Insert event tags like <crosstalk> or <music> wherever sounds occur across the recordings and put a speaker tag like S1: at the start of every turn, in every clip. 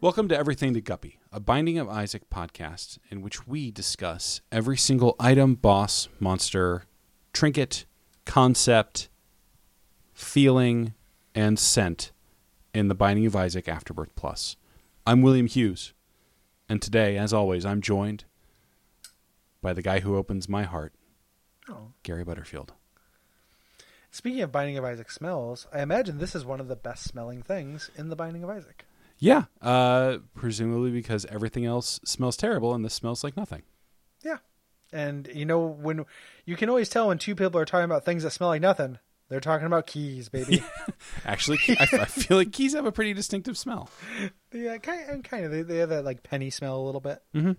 S1: Welcome to Everything to Guppy, a Binding of Isaac podcast in which we discuss every single item, boss, monster, trinket, concept, feeling, and scent in the Binding of Isaac Afterbirth Plus. I'm William Hughes, and today, as always, I'm joined by the guy who opens my heart,
S2: Oh.
S1: Gary Butterfield.
S2: Speaking of Binding of Isaac smells, I imagine this is one of the best smelling things in the Binding of Isaac.
S1: Yeah, uh, presumably because everything else smells terrible and this smells like nothing.
S2: Yeah. And you know when you can always tell when two people are talking about things that smell like nothing, they're talking about keys, baby.
S1: Actually, I, I feel like keys have a pretty distinctive smell.
S2: yeah, kind of, uh, kind of they, they have that like penny smell a little bit.
S1: Mhm.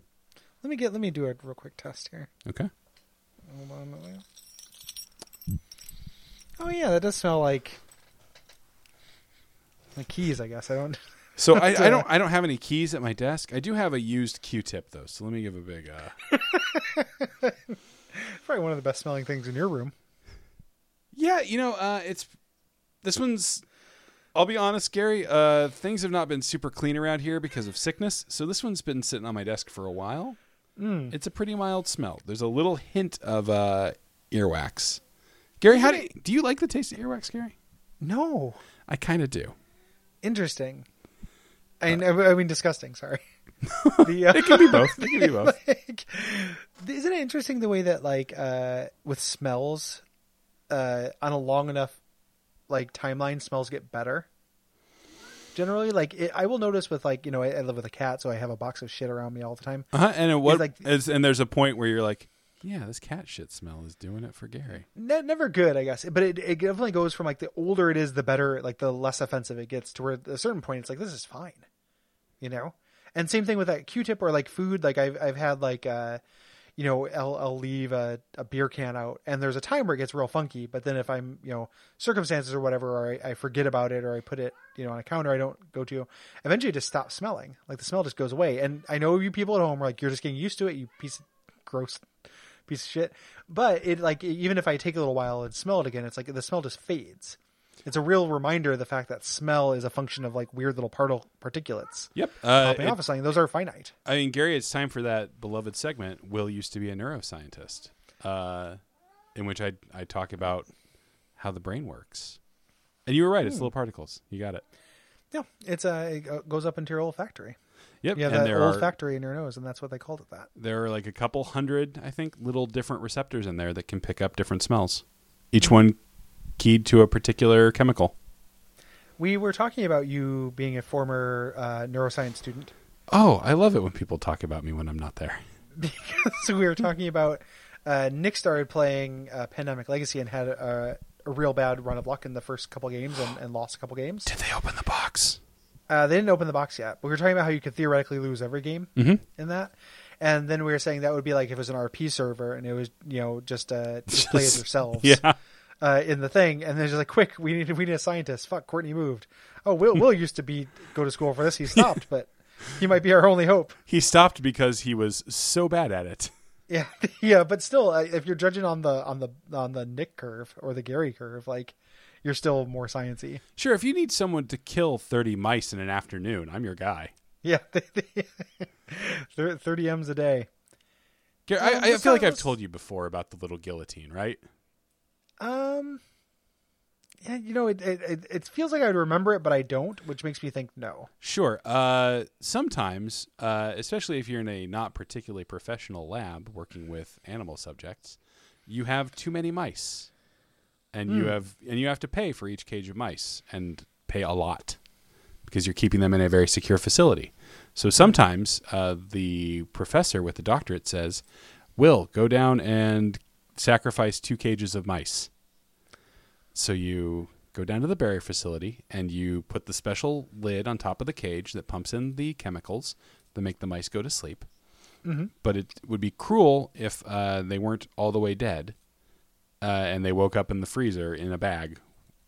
S2: Let me get let me do a real quick test here.
S1: Okay.
S2: Hold on. a minute. Oh yeah, that does smell like like keys, I guess. I don't <laughs>
S1: <laughs> So I, I don't I don't have any keys at my desk. I do have a used Q-tip though, so let me give a big. Uh,
S2: probably one of the best smelling things in your room.
S1: yeah, you know, uh, it's this one's. I'll be honest, Gary. Uh, things have not been super clean around here because of sickness, so this one's been sitting on my desk for a while.
S2: Mm.
S1: It's a pretty mild smell. There's a little hint of uh, earwax. Gary, how do you, do you like the taste of earwax, Gary?
S2: No.
S1: I kind of do.
S2: Interesting. I, I mean,
S1: <laughs>
S2: disgusting. Sorry. the, uh,
S1: Uh, It can be both. It
S2: <laughs>
S1: can be both.
S2: like, isn't it interesting the way that like uh, with smells, uh, on a long enough like timeline, smells get better. Generally, like it, I will notice with like you know I, I live with a cat, so I have a box of shit around me all the time.
S1: Uh-huh. And at what
S2: like-
S1: is, and there's a point where you're like, yeah, this cat shit smell is doing it for Gary.
S2: Ne- never good, I guess. But it, it definitely goes from like the older it is, the better, like the less offensive it gets. To where at a certain point, it's like this is fine, you know. And same thing with that Q-tip or like food. Like I've I've had like uh, you know, I'll I'll leave a, a beer can out, and there's a time where it gets real funky. But then if I'm you know circumstances or whatever, or I, I forget about it, or I put it you know on a counter I don't go to, eventually it just stops smelling. Like the smell just goes away. And I know you people at home are like you're just getting used to it. You piece of gross piece of shit. But it like even if I take a little while and smell it again, it's like the smell just fades. It's a real reminder of the fact that smell is a function of like weird little partil- particulates
S1: Yep. Uh,
S2: popping
S1: it-
S2: off of something. Those are finite.
S1: I mean, Gary, it's time for that beloved segment. Will used to be a neuroscientist, uh, in which I I talk about how the brain works. And you were right; it's little particles. You got it.
S2: Yeah, it's uh, it go- goes up into your olfactory.
S1: Yep.
S2: You have
S1: and
S2: that
S1: there are
S2: olfactory in your nose, and that's what they called it. That
S1: there are like a couple hundred, I think, little different receptors in there that can pick up different smells. Each one keyed to a particular chemical.
S2: we were talking about you being a former uh, neuroscience student. <laughs>
S1: Oh, I love it when people talk about me when I'm not there.
S2: so we were talking about uh, Nick started playing uh, Pandemic Legacy and had a, a real bad run of luck in the first couple games and, and lost a couple games.
S1: Did they open the box?
S2: Uh, they didn't open the box yet. but We were talking about how you could theoretically lose every game
S1: Mhm.
S2: in that, and then we were saying that would be like if it was an RP server and it was you know just uh, just play as
S1: Just-
S2: yourselves
S1: Yeah. <laughs>
S2: uh, in the thing, and then just like quick, we need we need a scientist. Fuck, Courtney moved. Oh, Will Will used to be go to school for this. He stopped, but he might be our only hope. <laughs>
S1: He stopped because he was so bad at it.
S2: Yeah, <laughs> yeah, but still, uh, if you're judging on the on the on the Nick curve or the Gary curve, like you're still more sciency.
S1: Sure, if you need someone to kill 30 mice in an afternoon, I'm your guy.
S2: <laughs> Yeah, <laughs> thirty m's a day.
S1: Gar-
S2: Um,
S1: I, I feel like I've
S2: besides-
S1: told you before about the little guillotine, right?
S2: Um, yeah, you know, it, it it it feels like I would remember it, but I don't, which makes me think no.
S1: Sure. Uh, sometimes, uh, especially if you're in a not particularly professional lab working with animal subjects, you have too many mice, and you have and you have to pay for each cage of mice and pay a lot because you're keeping them in a very secure facility. So sometimes uh, the professor with the doctorate says, "Will go down and sacrifice two cages of mice." So you go down to the barrier facility and you put the special lid on top of the cage that pumps in the chemicals that make the mice go to sleep. But it would be cruel if uh, they weren't all the way dead uh, and they woke up in the freezer in a bag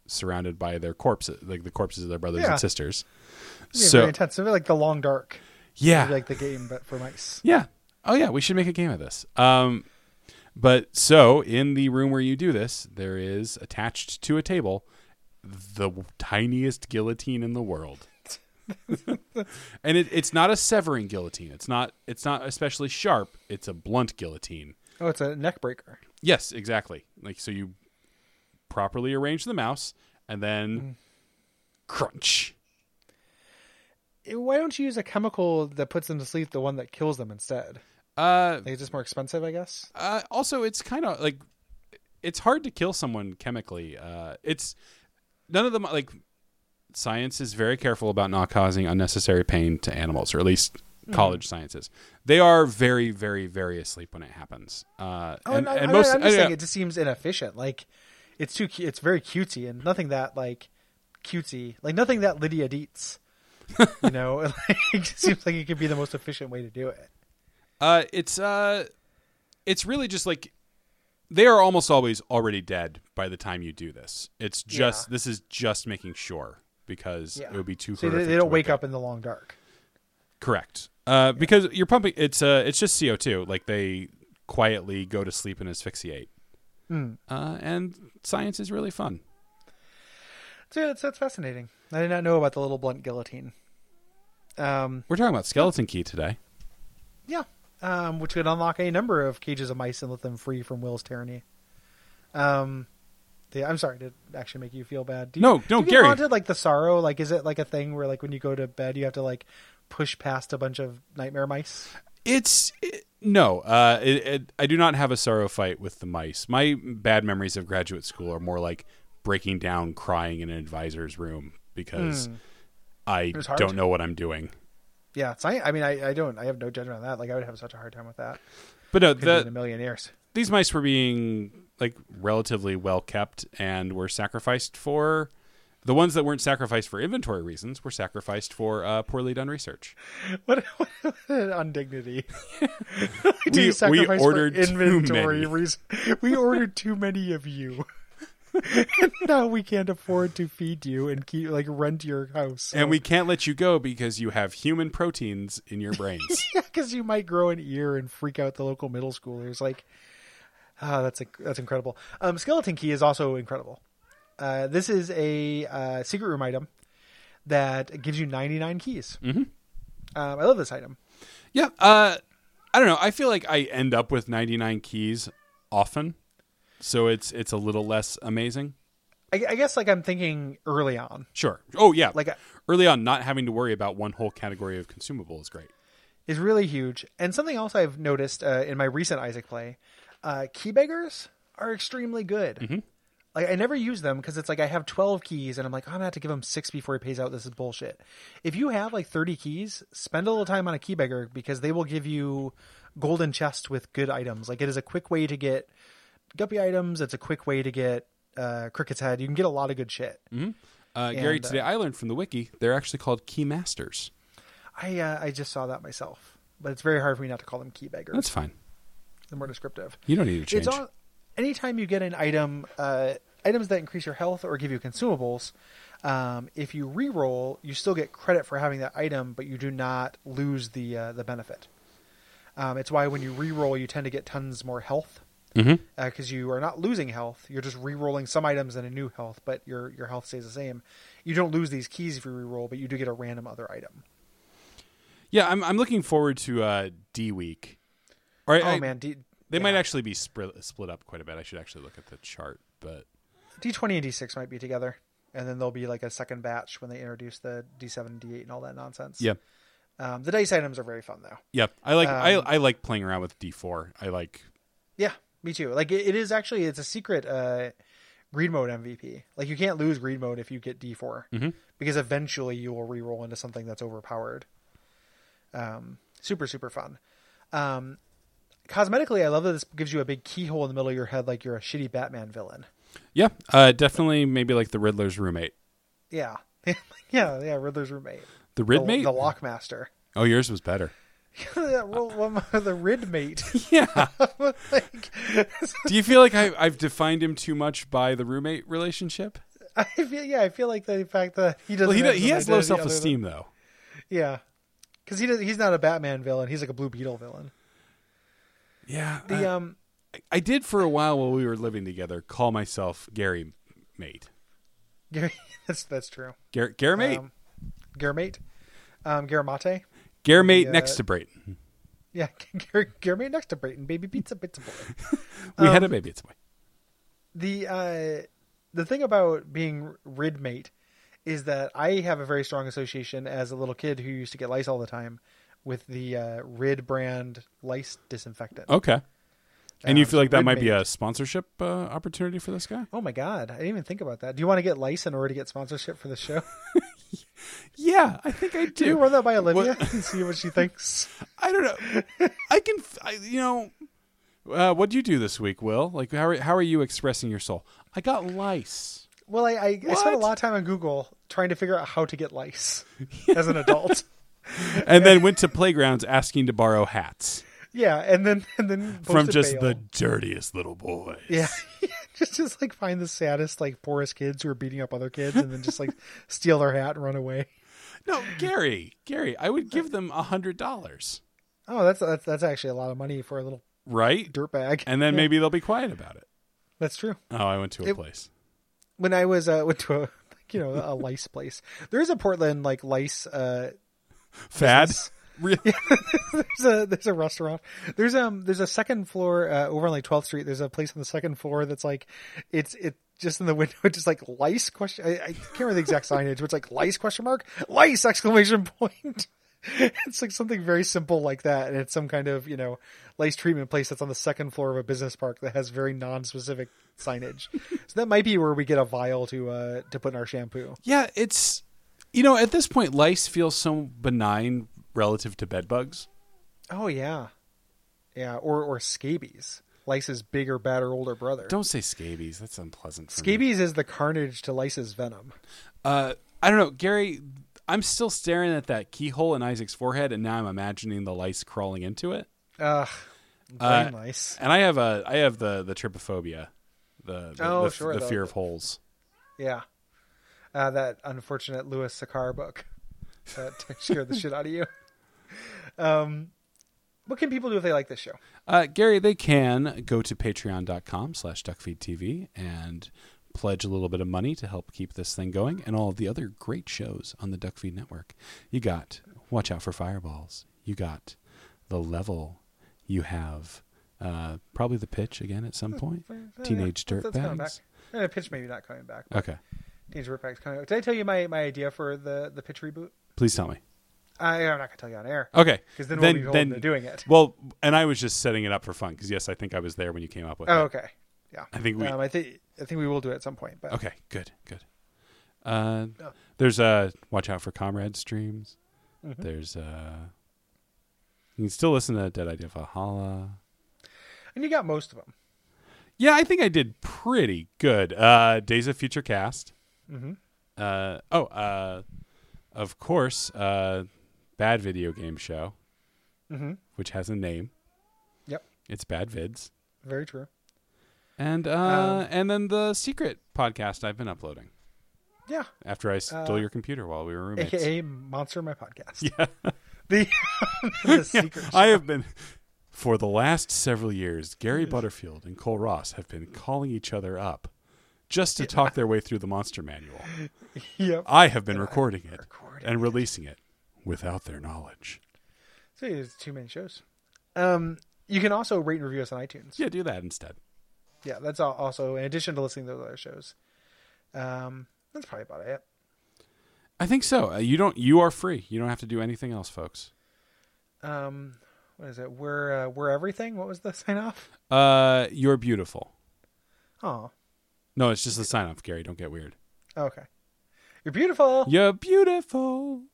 S1: surrounded by their corpses, like the corpses of their brothers
S2: Yeah.
S1: and sisters.
S2: Yeah,
S1: so,
S2: very intense. It'd be like the long dark,
S1: yeah.
S2: It'd be like the game, but for mice.
S1: Yeah. Oh yeah, we should make a game of this. Um but so in the room where you do this, there is
S2: <laughs>
S1: attached to a table the w- tiniest guillotine in the world. and it, it's not a severing guillotine. It's not. It's not especially sharp. It's a blunt guillotine.
S2: Oh, it's a neck breaker.
S1: Yes, exactly. Like so, you properly arrange the mouse, and then
S2: Mm.
S1: crunch.
S2: Eh, Why don't you use a chemical that puts them to sleep, the one that kills them instead?
S1: Uh,
S2: Like, it's just more expensive, I guess.
S1: uh, also, it's kind of like it's hard to kill someone chemically. Uh, it's none of them like science is very careful about not causing unnecessary pain to animals, or at least
S2: Hmm.
S1: college sciences. They are very, very, very asleep when it happens. Uh,
S2: Oh,
S1: and,
S2: and, I,
S1: and
S2: I-
S1: most
S2: I'm just
S1: uh,
S2: saying it just seems inefficient. Like it's too, cu- it's very cutesy, and nothing that like cutesy, like nothing that Lydia Dietz. you know, <laughs> like, it just seems like it could be the most efficient way to do it.
S1: Uh, it's uh, it's really just like they are almost always already dead by the time you do this. It's just this is just making sure because
S2: Yeah.
S1: it would be too.
S2: So they,
S1: horrific
S2: they
S1: to
S2: don't wake
S1: up.
S2: up in the long dark.
S1: Correct. Uh, because you're pumping. It's uh, it's just CO two. Like they quietly go to sleep and asphyxiate.
S2: Hmm.
S1: Uh, and science is really fun.
S2: So that's, that's fascinating. I did not know about the little blunt guillotine. Um,
S1: We're talking about skeleton key today.
S2: yeah, um, which could unlock any number of cages of mice and let them free from Will's tyranny. Um, yeah, I'm sorry to actually make you feel bad. Do you,
S1: No, no,
S2: do you get
S1: Gary.
S2: haunted, like the sorrow, like is it like a thing where like when you go to bed you have to like push past a bunch of nightmare mice?
S1: It's it- no. Uh, it, it, I do not have a sorrow fight with the mice. My bad memories of graduate school are more like breaking down, crying in an advisor's room because I
S2: Hmm. was hard.
S1: don't know what I'm doing.
S2: Yeah, it's, I, I mean, I, I don't, I have no judgment on that. Like, I would have such a hard time with that.
S1: But no,
S2: Could have been
S1: the,
S2: a million years.
S1: these mice were being like relatively well kept and were sacrificed for. The ones that weren't sacrificed for inventory reasons were sacrificed for uh, poorly done research.
S2: What, <laughs> what
S1: <laughs>
S2: an undignity! Do
S1: We-
S2: you
S1: we
S2: sacrifice for
S1: ordered too
S2: inventory
S1: many.
S2: reason. We ordered too many of you. <laughs> and now we can't afford to feed you and keep like rent your house.
S1: And
S2: <laughs>
S1: we can't let you go because you have human proteins in your brains.
S2: <laughs> because you might grow an ear and freak out the local middle schoolers. Like, ah, that's that's incredible. Um, Skeleton Key is also incredible. Uh, this is a uh, secret room item that gives you 99 keys. Mm-hmm. Um, I love this item.
S1: Yeah. Uh, I don't know. I feel like I end up with 99 keys often, so it's it's a little less amazing.
S2: I, I guess like I'm thinking early on,
S1: Sure. Oh yeah.
S2: like
S1: early on, not having to worry about one whole category of consumable is great.
S2: is really huge. And something else I've noticed uh, in my recent Isaac play, uh, key beggars are extremely good. Like I never use them because it's like I have twelve keys and I'm like oh, I'm gonna have to give him six before he pays out. This is bullshit. If you have like thirty keys, spend a little time on a key beggar because they will give you golden chest with good items. Like it is a quick way to get guppy items. It's a quick way to get uh, cricket's head. You can get a lot of good shit.
S1: Uh, Gary,
S2: And, uh,
S1: today I learned from the wiki they're actually called key masters.
S2: I uh, I just saw that myself, but it's very hard for me not to call them key beggars.
S1: That's fine.
S2: They're more descriptive.
S1: You don't need to change.
S2: It's all. Anytime you get an item, uh, items that increase your health or give you consumables, um, if you re-roll, you still get credit for having that item, but you do not lose the uh, the benefit. Um, it's why when you re-roll, you tend to get tons more health because you are not losing health. You're just re-rolling some items and a new health, but your your health stays the same. You don't lose these keys if you re-roll, but you do get a random other item.
S1: yeah, I'm I'm looking forward to uh, D week. All right.
S2: Oh
S1: I-
S2: man, D,
S1: They might
S2: yeah.
S1: actually be split, split up quite a bit. I should actually look at the chart, but
S2: D20 and D6 might be together, and then there'll be like a second batch when they introduce the D7 and D8 and all that nonsense.
S1: yeah.
S2: Um, the dice items are very fun though.
S1: Yeah, I like I,
S2: Um,
S1: I like playing around with D4. I like
S2: Yeah, me too. Like it, it is actually it's a secret uh, greed mode MVP. Like you can't lose greed mode if you get D4 because eventually you will re-roll into something that's overpowered. Um, super super fun. Um, cosmetically, I love that this gives you a big keyhole in the middle of your head like you're a shitty Batman villain.
S1: Yeah, uh, definitely. Maybe like the Riddler's roommate,
S2: Yeah, <laughs> yeah, yeah. Riddler's roommate,
S1: the
S2: The-
S1: Ridmate.
S2: the Lockmaster.
S1: oh, yours was better.
S2: Yeah, well, well, the rid mate.
S1: Yeah.
S2: like,
S1: Do you feel like I, I've defined him too much by the roommate relationship?
S2: <laughs> I feel, yeah, I feel like the fact that he doesn't.
S1: Well, he
S2: have
S1: he
S2: an
S1: has low
S2: identity other
S1: self esteem though.
S2: than- yeah, because he does, he's not a Batman villain. He's like a Blue Beetle villain.
S1: Yeah.
S2: The
S1: I,
S2: um, <laughs>
S1: I did for a while while we were living together call myself Gary Mate.
S2: Gary, that's that's true.
S1: Gar- Gary Mate.
S2: Um, Gary mate. um, Garamate.
S1: Garamate
S2: Yeah.
S1: next to Brayton.
S2: Yeah, <laughs> Gar- Garamate next to Brayton, baby pizza, pizza boy.
S1: We had a
S2: um,
S1: baby at some point.
S2: the uh, the thing about being ridmate is that I have a very strong association as a little kid who used to get lice all the time with the uh, Rid brand lice disinfectant.
S1: Okay. and you
S2: Um,
S1: feel like that
S2: Rid
S1: might be
S2: Mate.
S1: a sponsorship uh, opportunity for this guy?
S2: Oh my god, I didn't even think about that. Do you want to get lice in order to get sponsorship for
S1: <laughs>
S2: the show?
S1: Yeah, I think I
S2: Do you run that by Olivia <laughs> and see what she thinks?
S1: I don't know. I can, f I you know, uh, what'd you do this week, Will? Like, how are, how are you expressing your soul? I got lice.
S2: Well, I, I, I spent a
S1: What?
S2: lot of time on Google trying to figure out how to
S1: <laughs>
S2: get lice as an adult.
S1: And then went to playgrounds asking to borrow hats
S2: Yeah, and then and then
S1: from
S2: posted
S1: just
S2: bail.
S1: the dirtiest little boys.
S2: <laughs> yeah, <laughs> just just like find the saddest like poorest kids who are beating up other kids and then just like <laughs> steal their hat and run away.
S1: No, Gary, Gary, I would give them a hundred dollars,
S2: Oh, that's that's that's actually a lot of money for a little
S1: right?
S2: dirt bag.
S1: And then
S2: Yeah,
S1: maybe they'll be quiet about it.
S2: that's true.
S1: Oh, I went to a
S2: It-
S1: place.
S2: When I was uh, went to a <laughs> like, you know a lice place, there is a Portland like lice uh,
S1: Fad.
S2: business.
S1: Re-
S2: there's a there's a restaurant. There's um there's a second floor uh, over on like 12th Street. There's a place on the second floor that's like it's it just in the <laughs> window. It's just like lice question. I, I can't remember the exact signage, but it's like lice question mark lice exclamation point. <laughs> It's like something very simple like that, and it's some kind of you know lice treatment place that's on the second floor of a business park that has very non-specific signage. so that might be where we get a vial to uh to put in our shampoo.
S1: Yeah, it's you know at this point lice feels so benign relative to bed bugs.
S2: Oh yeah, yeah, or or scabies. Lice's bigger, badder, older brother.
S1: Don't say scabies. That's unpleasant. For me.
S2: Scabies is the carnage to lice's venom.
S1: Uh, I don't know, Gary. I'm still staring at that keyhole in Isaac's forehead, and now I'm imagining the lice crawling into it.
S2: Ugh,
S1: Uh,
S2: brain lice.
S1: And I have a, I have the the trypophobia, the the,
S2: Oh,
S1: the,
S2: sure,
S1: the
S2: the-
S1: fear of holes.
S2: Yeah, uh, that unfortunate Louis Sakar book that <laughs> scared the shit out of you. Um, what can people do if they like this show?
S1: Uh, Gary, they can go to patreon.com slash duckfeedtv and pledge a little bit of money to help keep this thing going and all of the other great shows on the Duckfeed Network. You got Watch Out for Fireballs. You got The Level. You have uh, probably The Pitch again at some point. Teenage
S2: Uh, That's- that's
S1: Dirtbags.
S2: coming back. Eh, pitch maybe not coming back.
S1: Okay.
S2: Teenage Dirtbags coming back. Did I tell you my, my idea for the the pitch reboot?
S1: Please tell me.
S2: I, I'm not gonna tell you on air
S1: Okay.
S2: because then, we'll be holding to doing it.
S1: Well, and I was just setting it up for fun because, yes, I think I was there when you came up with it.
S2: Oh, okay. Yeah.
S1: I think we-
S2: Um, I think I think we will do it at some point. But
S1: Okay, good, good. Uh, There's uh, watch out for comrade streams. There's uh, you can still listen to Dead Idea Valhalla.
S2: and you got most of them.
S1: Yeah, I think I did pretty good. Uh, Days of Future Cast. Uh, oh, uh, of course, uh, Bad Video Game Show,
S2: Mhm.
S1: which has a name.
S2: Yep.
S1: It's Bad Vids,
S2: Very true.
S1: and uh, and then the Secret podcast I've been uploading
S2: Yeah.
S1: after I stole your computer while we were roommates.
S2: aka Monster My Podcast. Yeah. <laughs> The, the secret.
S1: I have been for the last several years. Gary Butterfield and Cole Ross have been calling each other up just to talk their way through the monster manual.
S2: <laughs> Yep.
S1: I have been recording it
S2: recording
S1: and releasing it without their knowledge.
S2: So it's two main shows. Um, you can also rate and review us on iTunes.
S1: Yeah, do that instead.
S2: Yeah, that's al- also in addition to listening to those other shows. Um, that's probably about it.
S1: I think so. Uh, you don't. You are free. You don't have to do anything else, folks.
S2: Um, what is it? We're uh, we're everything. What was the sign off?
S1: Uh, you're beautiful.
S2: Oh,
S1: No, it's just a sign off, Gary. Don't get weird. Oh.
S2: okay. You're beautiful.
S1: You're beautiful.